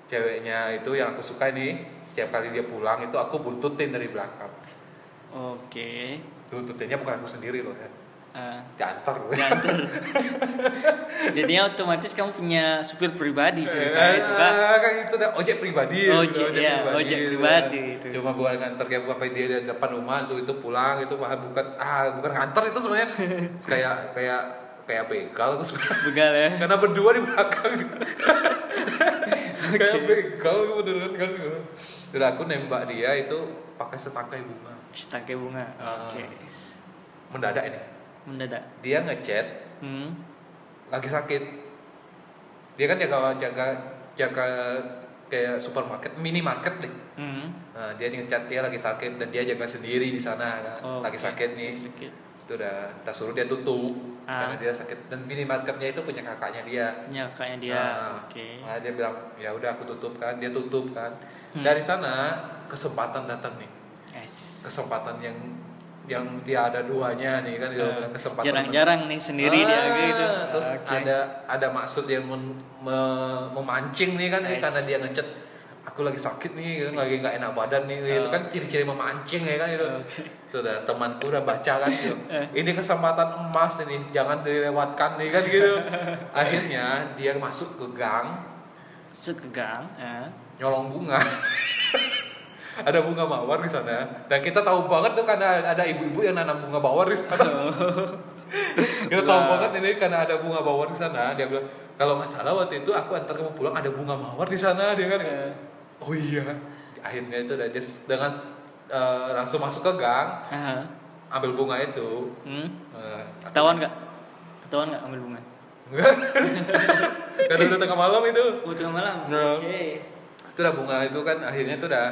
B: ceweknya itu yang aku suka ini setiap kali dia pulang itu aku buntutin dari belakang
A: Oke.
B: buntutinnya bukan aku sendiri loh ya
A: Ah,
B: diantar gue
A: diantar. Jadinya otomatis kamu punya supir pribadi ceritanya itu kan.
B: Eh, kan itu dah ojek pribadi
A: Ojek,
B: gitu,
A: iya, ojek
B: gitu.
A: pribadi itu.
B: cuma bukan nganter kayak bukan dia di depan rumah tuh itu pulang itu wah, bukan ah bukan nganter itu sebenarnya kayak kayak kayak begal aku sebenarnya
A: Begal ya.
B: karena berdua di belakang kayak begal gue beneran kan Udah aku nembak dia itu pakai setangkai bunga
A: Setangkai bunga.
B: Ah.
A: Oke.
B: mendadak ini
A: Mendadak.
B: dia ngechat
A: Hmm.
B: lagi sakit dia kan jaga jaga jaga kayak supermarket minimarket deh
A: Hmm.
B: nah, dia ngechat dia lagi sakit dan dia jaga sendiri di sana kan.
A: Oh,
B: lagi
A: oke.
B: sakit nih
A: Sakit.
B: itu udah tak suruh dia tutup
A: Ah.
B: karena dia sakit dan minimarketnya itu punya kakaknya dia
A: Punya kakaknya dia.
B: Nah,
A: Oke.
B: nah, dia bilang ya udah aku tutup kan, dia tutup kan.
A: Hmm.
B: Dari sana kesempatan datang nih,
A: Yes.
B: kesempatan yang yang tiada duanya nih kan dia
A: Ah,
B: bilang kesempatan.
A: Jarang-jarang nih sendiri dia
B: Ah,
A: gitu.
B: Terus
A: Oke.
B: ada ada maksud yang men- me- memancing nih kan, nih,
A: Nice.
B: karena dia ngecet aku lagi sakit nih, kan, lagi nggak enak badan nih, itu kan ciri-ciri memancing ya kan itu.
A: Ah. Oke.
B: Itu udah temanku udah baca kan gitu. Ini kesempatan emas ini, jangan dilewatkan nih kan gitu. Akhirnya dia masuk ke gang,
A: Masuk ke gang. ah.
B: nyolong bunga. ada bunga mawar di sana. Dan kita tahu banget tuh karena ada ibu-ibu yang nanam bunga mawar di sana. kita tahu
A: Lah.
B: banget ini karena ada bunga mawar di sana. Dia bilang kalau nggak salah waktu itu aku antar kamu pulang ada bunga mawar di sana dia kan.
A: Eh.
B: Oh iya. Akhirnya itu udah dia s- dengan eh, langsung masuk ke gang
A: Aha.
B: ambil bunga itu.
A: Hmm.
B: Eh,
A: Ketahuan nggak? Ketahuan nggak ambil bunga?
B: enggak. karena udah tengah malam itu.
A: Oh tengah malam.
B: Ya.
A: Oke.
B: itu udah bunga itu kan akhirnya itu udah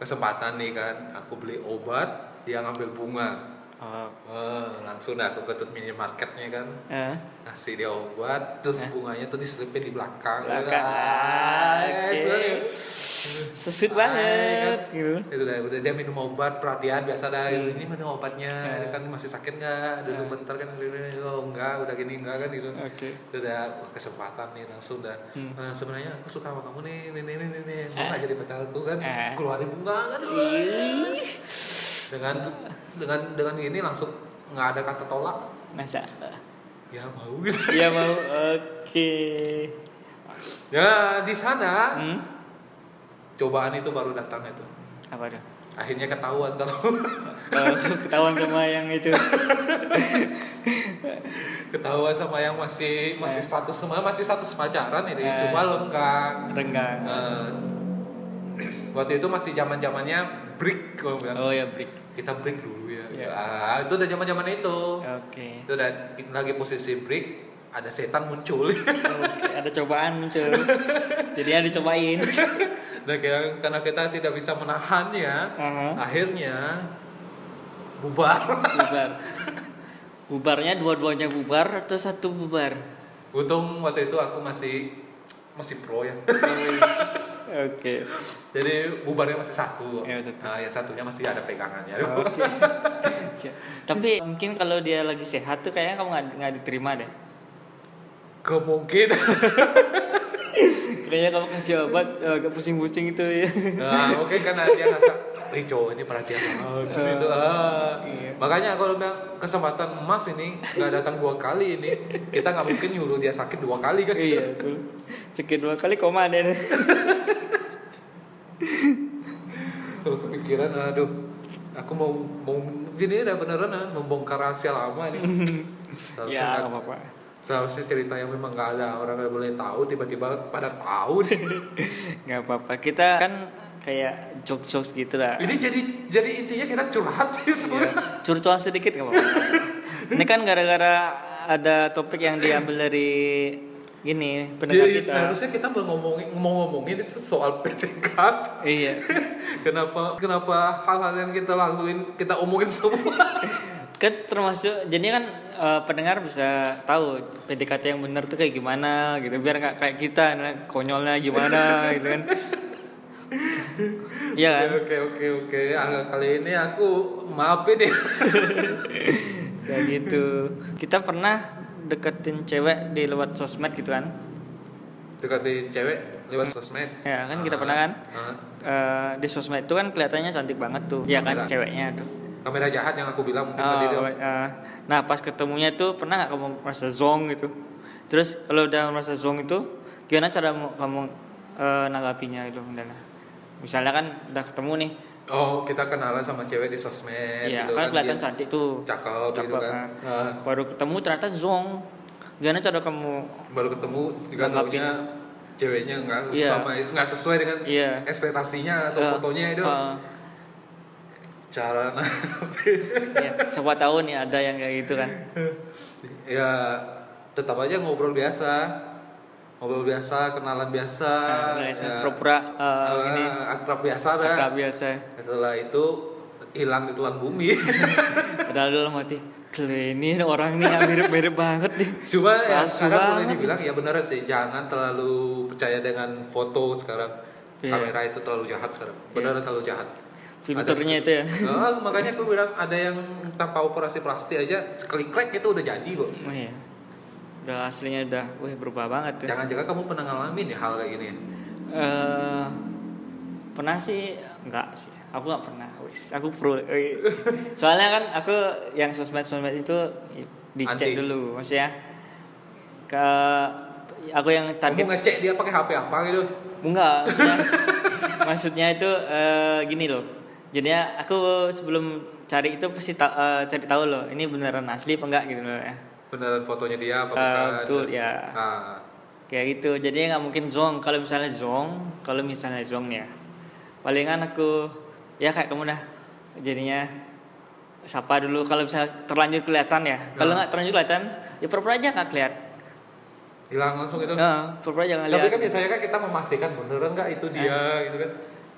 B: kesempatan nih kan aku beli obat dia ngambil bunga
A: Oh.
B: Eh, langsung dah aku ketut minimarketnya kan
A: Eh.
B: ngasih dia obat terus bunganya tuh diselipin di belakang,
A: Belakang.
B: Ah,
A: Oke.
B: sorry.
A: sesut
B: Hai,
A: banget
B: kan.
A: gitu
B: itu dah udah dia minum obat perhatian biasa dah gitu.
A: Hmm.
B: ini mana obatnya
A: Ya.
B: kan masih sakit nggak duduk
A: Ya.
B: bentar kan gini-gini. oh enggak udah gini enggak kan gitu
A: oke
B: itu udah wah, kesempatan nih langsung dah
A: Hmm.
B: "Eh, sebenarnya aku suka sama kamu nih nih nih nih nih, nih mau
A: Ah.
B: nggak jadi pacarku kan
A: Ah.
B: keluarin bunga kan dengan dengan dengan gini langsung nggak ada kata tolak
A: masa
B: ya mau gitu
A: dia mau oke
B: ya di sana
A: hmm?
B: cobaan itu baru datang itu
A: apa tuh
B: akhirnya ketahuan kalau
A: Oh, ketahuan sama yang itu
B: ketahuan sama yang masih masih
A: Eh.
B: satu semua masih satu pacaran ini
A: Eh.
B: cuma lengkang
A: renggang
B: Eh, waktu itu masih zaman zamannya break gua bilang
A: oh ya break
B: kita break dulu ya
A: Iya.
B: Ah, itu udah zaman zaman itu
A: oke
B: itu udah kita lagi posisi break ada setan muncul
A: Oke, ada cobaan muncul jadi ada dicobain
B: Nah, kira- karena kita tidak bisa menahannya
A: Aha.
B: akhirnya bubar
A: bubar bubarnya dua-duanya bubar atau satu bubar
B: untung waktu itu aku masih masih pro ya
A: oke
B: Jadi bubarnya masih satu.
A: Iya, satu.
B: Nah, yang satunya masih ada pegangannya.
A: Oke. Siap. Tapi mungkin kalau dia lagi sehat tuh kayaknya kamu nggak- nggak diterima deh.
B: Kemungkinan.
A: Kayaknya kamu kasih obat eh, agak pusing-pusing itu ya.
B: Nah, mungkin karena dia ngerasa, "Wih, cowok ini perhatian banget." gitu. Ah.
A: Iya.
B: Makanya kalau bilang kesempatan emas ini nggak datang dua kali ini, kita nggak mungkin nyuruh dia sakit dua kali kan.
A: iya Ya, tuh. Sakit dua kali koma deh.
B: Kalau kepikiran, aduh, aku mau mau jadi udah beneran ah, membongkar rahasia lama ini.
A: ya
B: Seharusnya,
A: nggak apa-apa.
B: seharusnya cerita yang memang nggak ada orang yang boleh tahu tiba-tiba pada tahu deh.
A: Nggak apa-apa. Kita kan kayak jokes-jokes gitu lah.
B: Ini jadi jadi intinya kita curhat sih
A: Iya,
B: sebenarnya.
A: Curcuan sedikit nggak apa-apa. Ini kan gara-gara ada topik yang diambil dari gini pendengar
B: Jadi
A: kita.
B: seharusnya kita mau ngomongin mau ngomongin itu soal PDKT.
A: Iya.
B: Kenapa kenapa hal-hal yang kita laluin kita omongin semua?
A: kan termasuk jadi kan eh, pendengar bisa tahu PDKT yang benar tuh kayak gimana gitu biar nggak kayak kita nah, konyolnya gimana gitu kan Iya kan
B: Oke oke oke. Ah, Kali ini aku maafin ya. deh.
A: kayak gitu kita pernah deketin cewek di lewat sosmed gitu kan
B: Dekatin cewek lewat sosmed.
A: ya kan kita pernah kan
B: Ah,
A: Eh, di sosmed itu kan kelihatannya cantik banget tuh ya kan
B: Beneran.
A: ceweknya tuh
B: kamera jahat yang aku bilang mungkin tadi
A: Oh,
B: dia.
A: eh, nah pas ketemunya tuh pernah nggak kamu merasa zong gitu? Terus kalau udah merasa zong itu gimana cara mu- kamu eh, nanggapinya gitu misalnya? Misalnya kan udah ketemu nih,
B: Oh kita kenalan sama cewek di sosmed.
A: ya
B: gitu
A: kan kelihatan
B: dia
A: cantik tuh.
B: cakep, gitu
A: Cakep,
B: kan. Ah,
A: Baru ketemu ternyata zong. Gimana cara kamu?
B: baru ketemu juga
A: Nanggapin.
B: taunya ceweknya nggak
A: gitu. Iya.
B: sama nggak sesuai dengan
A: Iya.
B: ekspektasinya atau
A: eh,
B: fotonya itu.
A: eh,
B: cara
A: iya. Siapa tahu nih ada yang kayak gitu kan?
B: ya tetap aja ngobrol biasa ngobrol biasa kenalan biasa
A: Nah, biasa,
B: ya,
A: Pura-pura eh,
B: eh,
A: gini,
B: akrab biasa dah
A: akrab biasa.
B: setelah itu hilang di telan bumi
A: Padahal dalam hati, "Gila, ini orang nih mirip-mirip banget nih.
B: cuma ya
A: Palsu
B: sekarang boleh
A: banget.
B: dibilang ya benar sih jangan terlalu percaya dengan foto sekarang
A: Iya.
B: kamera itu terlalu jahat sekarang benar terlalu jahat
A: Filternya itu ya.
B: Nah, makanya aku bilang ada yang tanpa operasi plastik aja klik klik itu udah jadi kok
A: Oh iya. Udah aslinya udah, wih berubah banget tuh.
B: jangan-jangan kamu pernah ngalamin ya hal kayak gini ya?
A: Eh, pernah sih enggak sih. Aku nggak pernah. Wis, aku pro. wih. Soalnya kan aku yang sosmed-sosmed itu dicek
B: Anti.
A: dulu, maksudnya ke aku yang
B: Kamu
A: target
B: ngecek dia pakai HP apa gitu?
A: enggak maksudnya maksudnya itu eh, gini loh jadinya aku sebelum cari itu pasti ta- eh, cari tahu loh ini beneran asli apa enggak gitu loh ya
B: Beneran fotonya dia apa
A: Eh,
B: bukan?
A: betul, ya.
B: Nah,
A: kayak gitu jadi nggak mungkin zong kalau misalnya zong kalau misalnya zong ya palingan aku ya kayak kamu dah jadinya sapa dulu kalau misalnya terlanjur kelihatan ya kalau
B: Nah.
A: nggak terlanjur kelihatan ya pura-pura aja nggak kelihatan
B: hilang langsung gitu.
A: Heeh, pura-pura aja nggak
B: Tapi
A: lihat Ah.
B: kan biasanya kan kita memastikan beneran nggak itu dia gitu kan?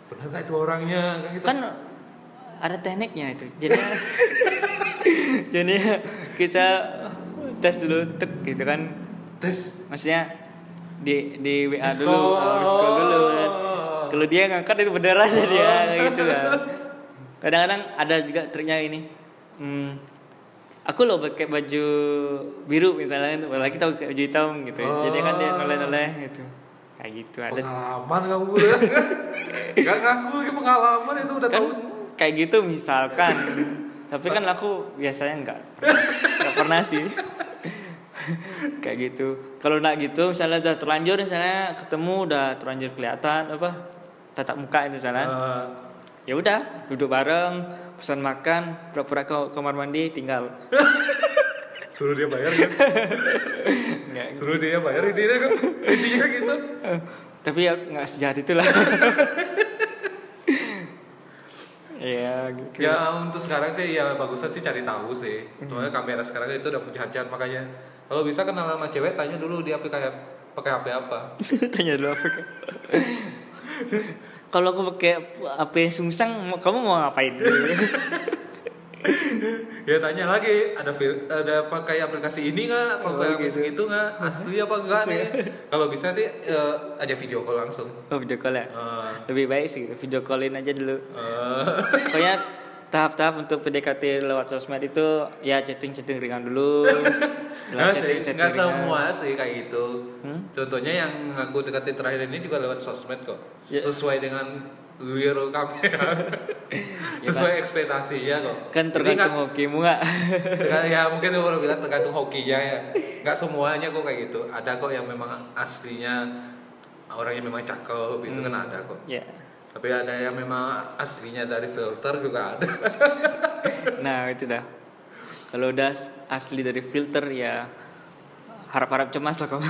B: Bener nggak itu orangnya kan gitu?
A: kan ada tekniknya itu jadi jadi kita tes dulu tek gitu kan
B: Tes
A: maksudnya di di WA oh,
B: Discord.
A: dulu, ah, discord dulu kan.
B: Oh.
A: kalau dia ngangkat itu beneran ya dia gitu kan kadang-kadang ada juga triknya ini hmm, aku loh pakai baju biru misalnya apalagi tahu pakai baju hitam gitu ya. jadi kan dia noleh-noleh gitu kayak gitu ada
B: pengalaman kamu udah gak ngaku lagi pengalaman itu udah
A: kan
B: tahu
A: kayak gitu misalkan tapi kan aku biasanya nggak nggak pernah sih kayak gitu kalau nggak gitu misalnya udah terlanjur misalnya ketemu udah terlanjur kelihatan apa tatap muka itu misalnya
B: Eh,
A: ya udah duduk bareng pesan makan pura-pura ke kamar mandi tinggal
B: suruh dia bayar kan suruh dia bayar intinya kan intinya kan gitu
A: tapi ya nggak sejahat itulah ya gitu
B: ya untuk sekarang sih ya bagusan sih cari tahu sih
A: Hmm.
B: soalnya kamera sekarang itu udah penjahat makanya kalau bisa kenal sama cewek tanya dulu dia pakai pakai HP apa kan?
A: Tanya dulu apa Kak? Kalau aku pakai HP Sungsang, mau- kamu mau ngapain?
B: ya tanya lagi ada fil- ada pakai aplikasi ini nggak
A: Oh,
B: pakai
A: gitu.
B: aplikasi itu nggak asli apa enggak
A: Iya.
B: nih kalau bisa sih eh, aja video call langsung
A: oh, video call ya?
B: Eh,
A: Lebih baik sih, video callin aja dulu.
B: eh,
A: Pokoknya tahap-tahap untuk PDKT lewat sosmed itu ya chatting-chatting ringan dulu. Setelah
B: nggak sih
A: chatting-chatting
B: nggak
A: ringan.
B: semua sih kayak gitu
A: Hmm?
B: contohnya yang aku deketin terakhir ini juga lewat sosmed kok
A: Ya.
B: sesuai dengan liru kamera sesuai ekspektasinya kok
A: Kan
B: Jadi
A: tergantung
B: nggak-
A: hokimu nggak?
B: terga- ya mungkin orang bilang tergantung hokinya ya nggak semuanya kok kayak gitu ada kok yang memang aslinya orangnya memang cakep itu kan ada kok
A: ya.
B: tapi ada yang memang aslinya dari filter juga ada
A: Nah, itu dah. Kalau udah asli dari filter ya harap-harap cemas lah kamu.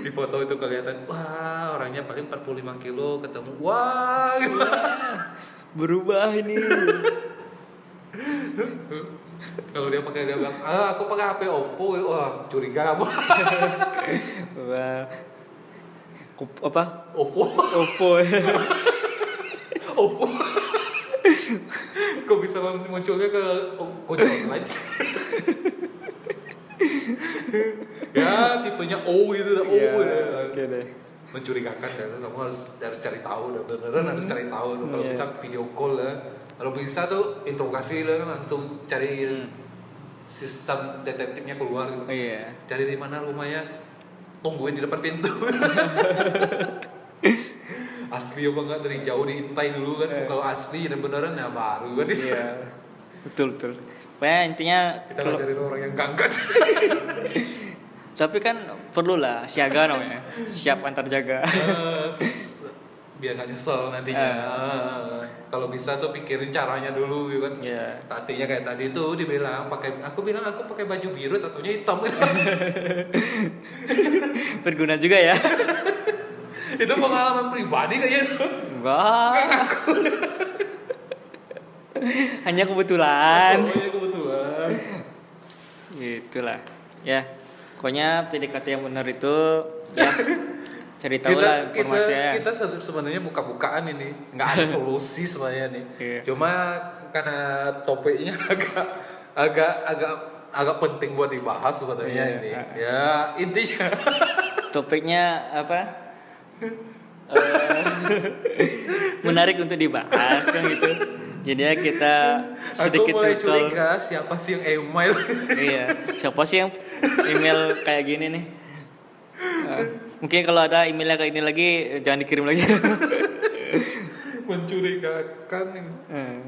B: di foto itu kelihatan wah orangnya paling 45 kilo ketemu wah gitu.
A: Berubah ini.
B: kalau dia pakai dia bilang ah aku pakai HP Oppo gitu. wah curiga apa
A: Wah. Kup- apa?
B: Oppo
A: Oppo.
B: Oppo kok bisa munculnya ke Gojek online ya tipenya O gitu O
A: Iya,
B: gitu.
A: Oke deh.
B: mencurigakan kan kamu harus harus cari tahu dan beneran harus cari tahu kalau
A: Iya.
B: bisa video call lah kalau bisa tuh interogasi lah kan langsung cari sistem detektifnya keluar
A: Oh
B: gitu.
A: Hmm. iya.
B: cari di mana rumahnya tungguin di depan pintu asli apa enggak dari jauh diintai dulu kan kalau asli dan beneran ya baru kan
A: Iya. Betul betul. Pokoknya intinya
B: kita
A: kalau-
B: ngajarin orang yang ganggas
A: tapi kan perlulah siaga namanya. Siap antar jaga.
B: Eh, biar gak nyesel nantinya Eh, kalau bisa tuh pikirin caranya dulu gitu kan
A: Iya.
B: Tatinya kayak tadi tuh dibilang pakai aku bilang aku pakai baju biru tatunya hitam
A: Berguna juga ya.
B: itu pengalaman pribadi kayaknya tuh.
A: Kan. Enggak. Hanya kebetulan.
B: Pokoknya kebetulan.
A: Gitulah. Ya. Pokoknya PDKT yang benar itu ya cari tahu
B: kita
A: lah
B: kita
A: informasinya. ya.
B: kita se- sebenarnya buka-bukaan ini nggak ada solusi sebenarnya nih
A: Iya.
B: cuma karena topiknya agak agak agak agak penting buat dibahas sebenarnya
A: Iya,
B: ini
A: iya.
B: ya intinya
A: topiknya apa Eh, menarik untuk dibahas kan gitu jadi kita
B: aku
A: sedikit
B: mulai
A: curcol
B: curiga siapa sih yang email
A: iya siapa sih yang email kayak gini nih Eh, mungkin kalau ada emailnya kayak ini lagi eh, jangan dikirim lagi
B: mencurigakan ini
A: Eh,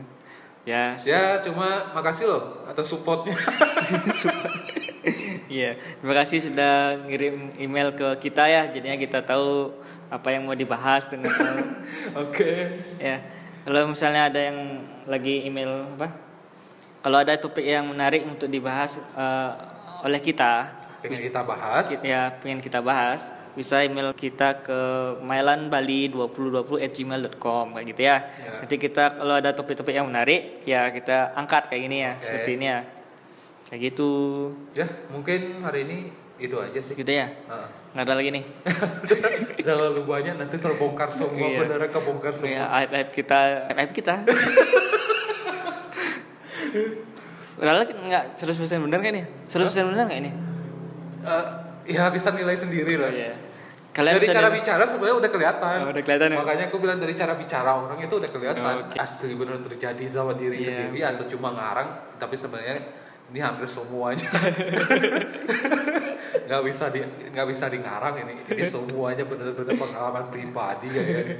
A: ya
B: ya cuma makasih loh atas supportnya
A: Iya, terima kasih sudah ngirim email ke kita ya. Jadinya kita tahu apa yang mau dibahas dengan
B: oke
A: ya. Kalau misalnya ada yang lagi email apa? Kalau ada topik yang menarik untuk dibahas eh, oleh kita,
B: pengen kita bahas
A: kita, ya pengen kita bahas, bisa email kita ke mailanbali2020@gmail.com kayak gitu ya.
B: Ya.
A: Nanti kita kalau ada topik-topik yang menarik, ya kita angkat kayak gini ya,
B: Oke.
A: seperti ini ya. Kayak gitu.
B: ya mungkin hari ini itu aja sih
A: Gitu ya.
B: Heeh.
A: Nggak ada lagi nih.
B: terlalu banyak nanti terbongkar semua
A: Iya.
B: beneran kebongkar semua
A: Ya, aib aib kita, aib aib kita. Padahal kan nggak 100% benar kan ya? 100% benar nggak ini?
B: Eh, ya bisa nilai sendiri lah
A: Iya. Kalian
B: dari
A: bisa
B: cara
A: di-
B: bicara sebenarnya udah kelihatan.
A: Oh, udah kelihatan ya?
B: Makanya aku bilang dari cara bicara orang itu udah kelihatan
A: Oh, oke.
B: asli benar terjadi sama diri
A: Iya,
B: sendiri atau cuma ngarang tapi sebenarnya ini hampir semuanya nggak bisa di nggak bisa di ngarang ini ini semuanya benar-benar pengalaman pribadi kayaknya.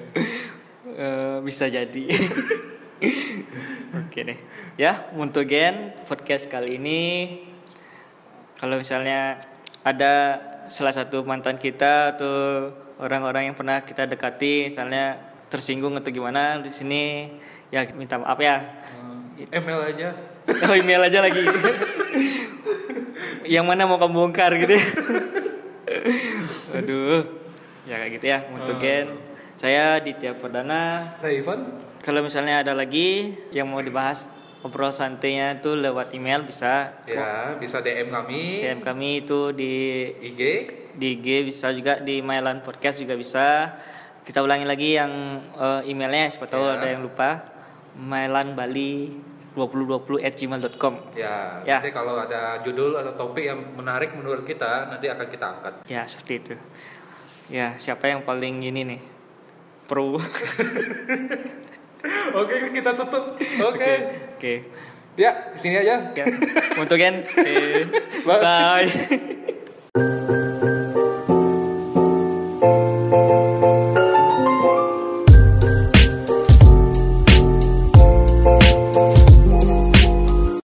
A: Eh, bisa jadi. Oke deh. Ya, untuk Gen podcast kali ini kalau misalnya ada salah satu mantan kita atau orang-orang yang pernah kita dekati misalnya tersinggung atau gimana di sini ya minta maaf ya.
B: ML Eh, aja
A: Oh, email aja lagi. yang mana mau kamu bongkar gitu. ya. Aduh. Ya kayak gitu ya, untuk Gen. Saya Ditya Perdana
B: saya Ivan
A: kalau misalnya ada lagi yang mau dibahas ngobrol santainya itu lewat email bisa
B: ya bisa DM kami
A: DM kami itu di
B: IG
A: di IG bisa juga di Mailan Podcast juga bisa kita ulangi lagi yang eh, emailnya siapa tahu
B: Ya.
A: ada yang lupa Mailan Bali 2020 at gmail.com
B: ya,
A: Ya.
B: nanti kalau ada judul atau topik yang menarik menurut kita nanti akan kita angkat
A: ya seperti itu ya siapa yang paling ini nih pro oke
B: oke kita tutup oke
A: oke
B: ya di sini aja
A: Ya. untuk Gen eh,
B: Bye.
A: bye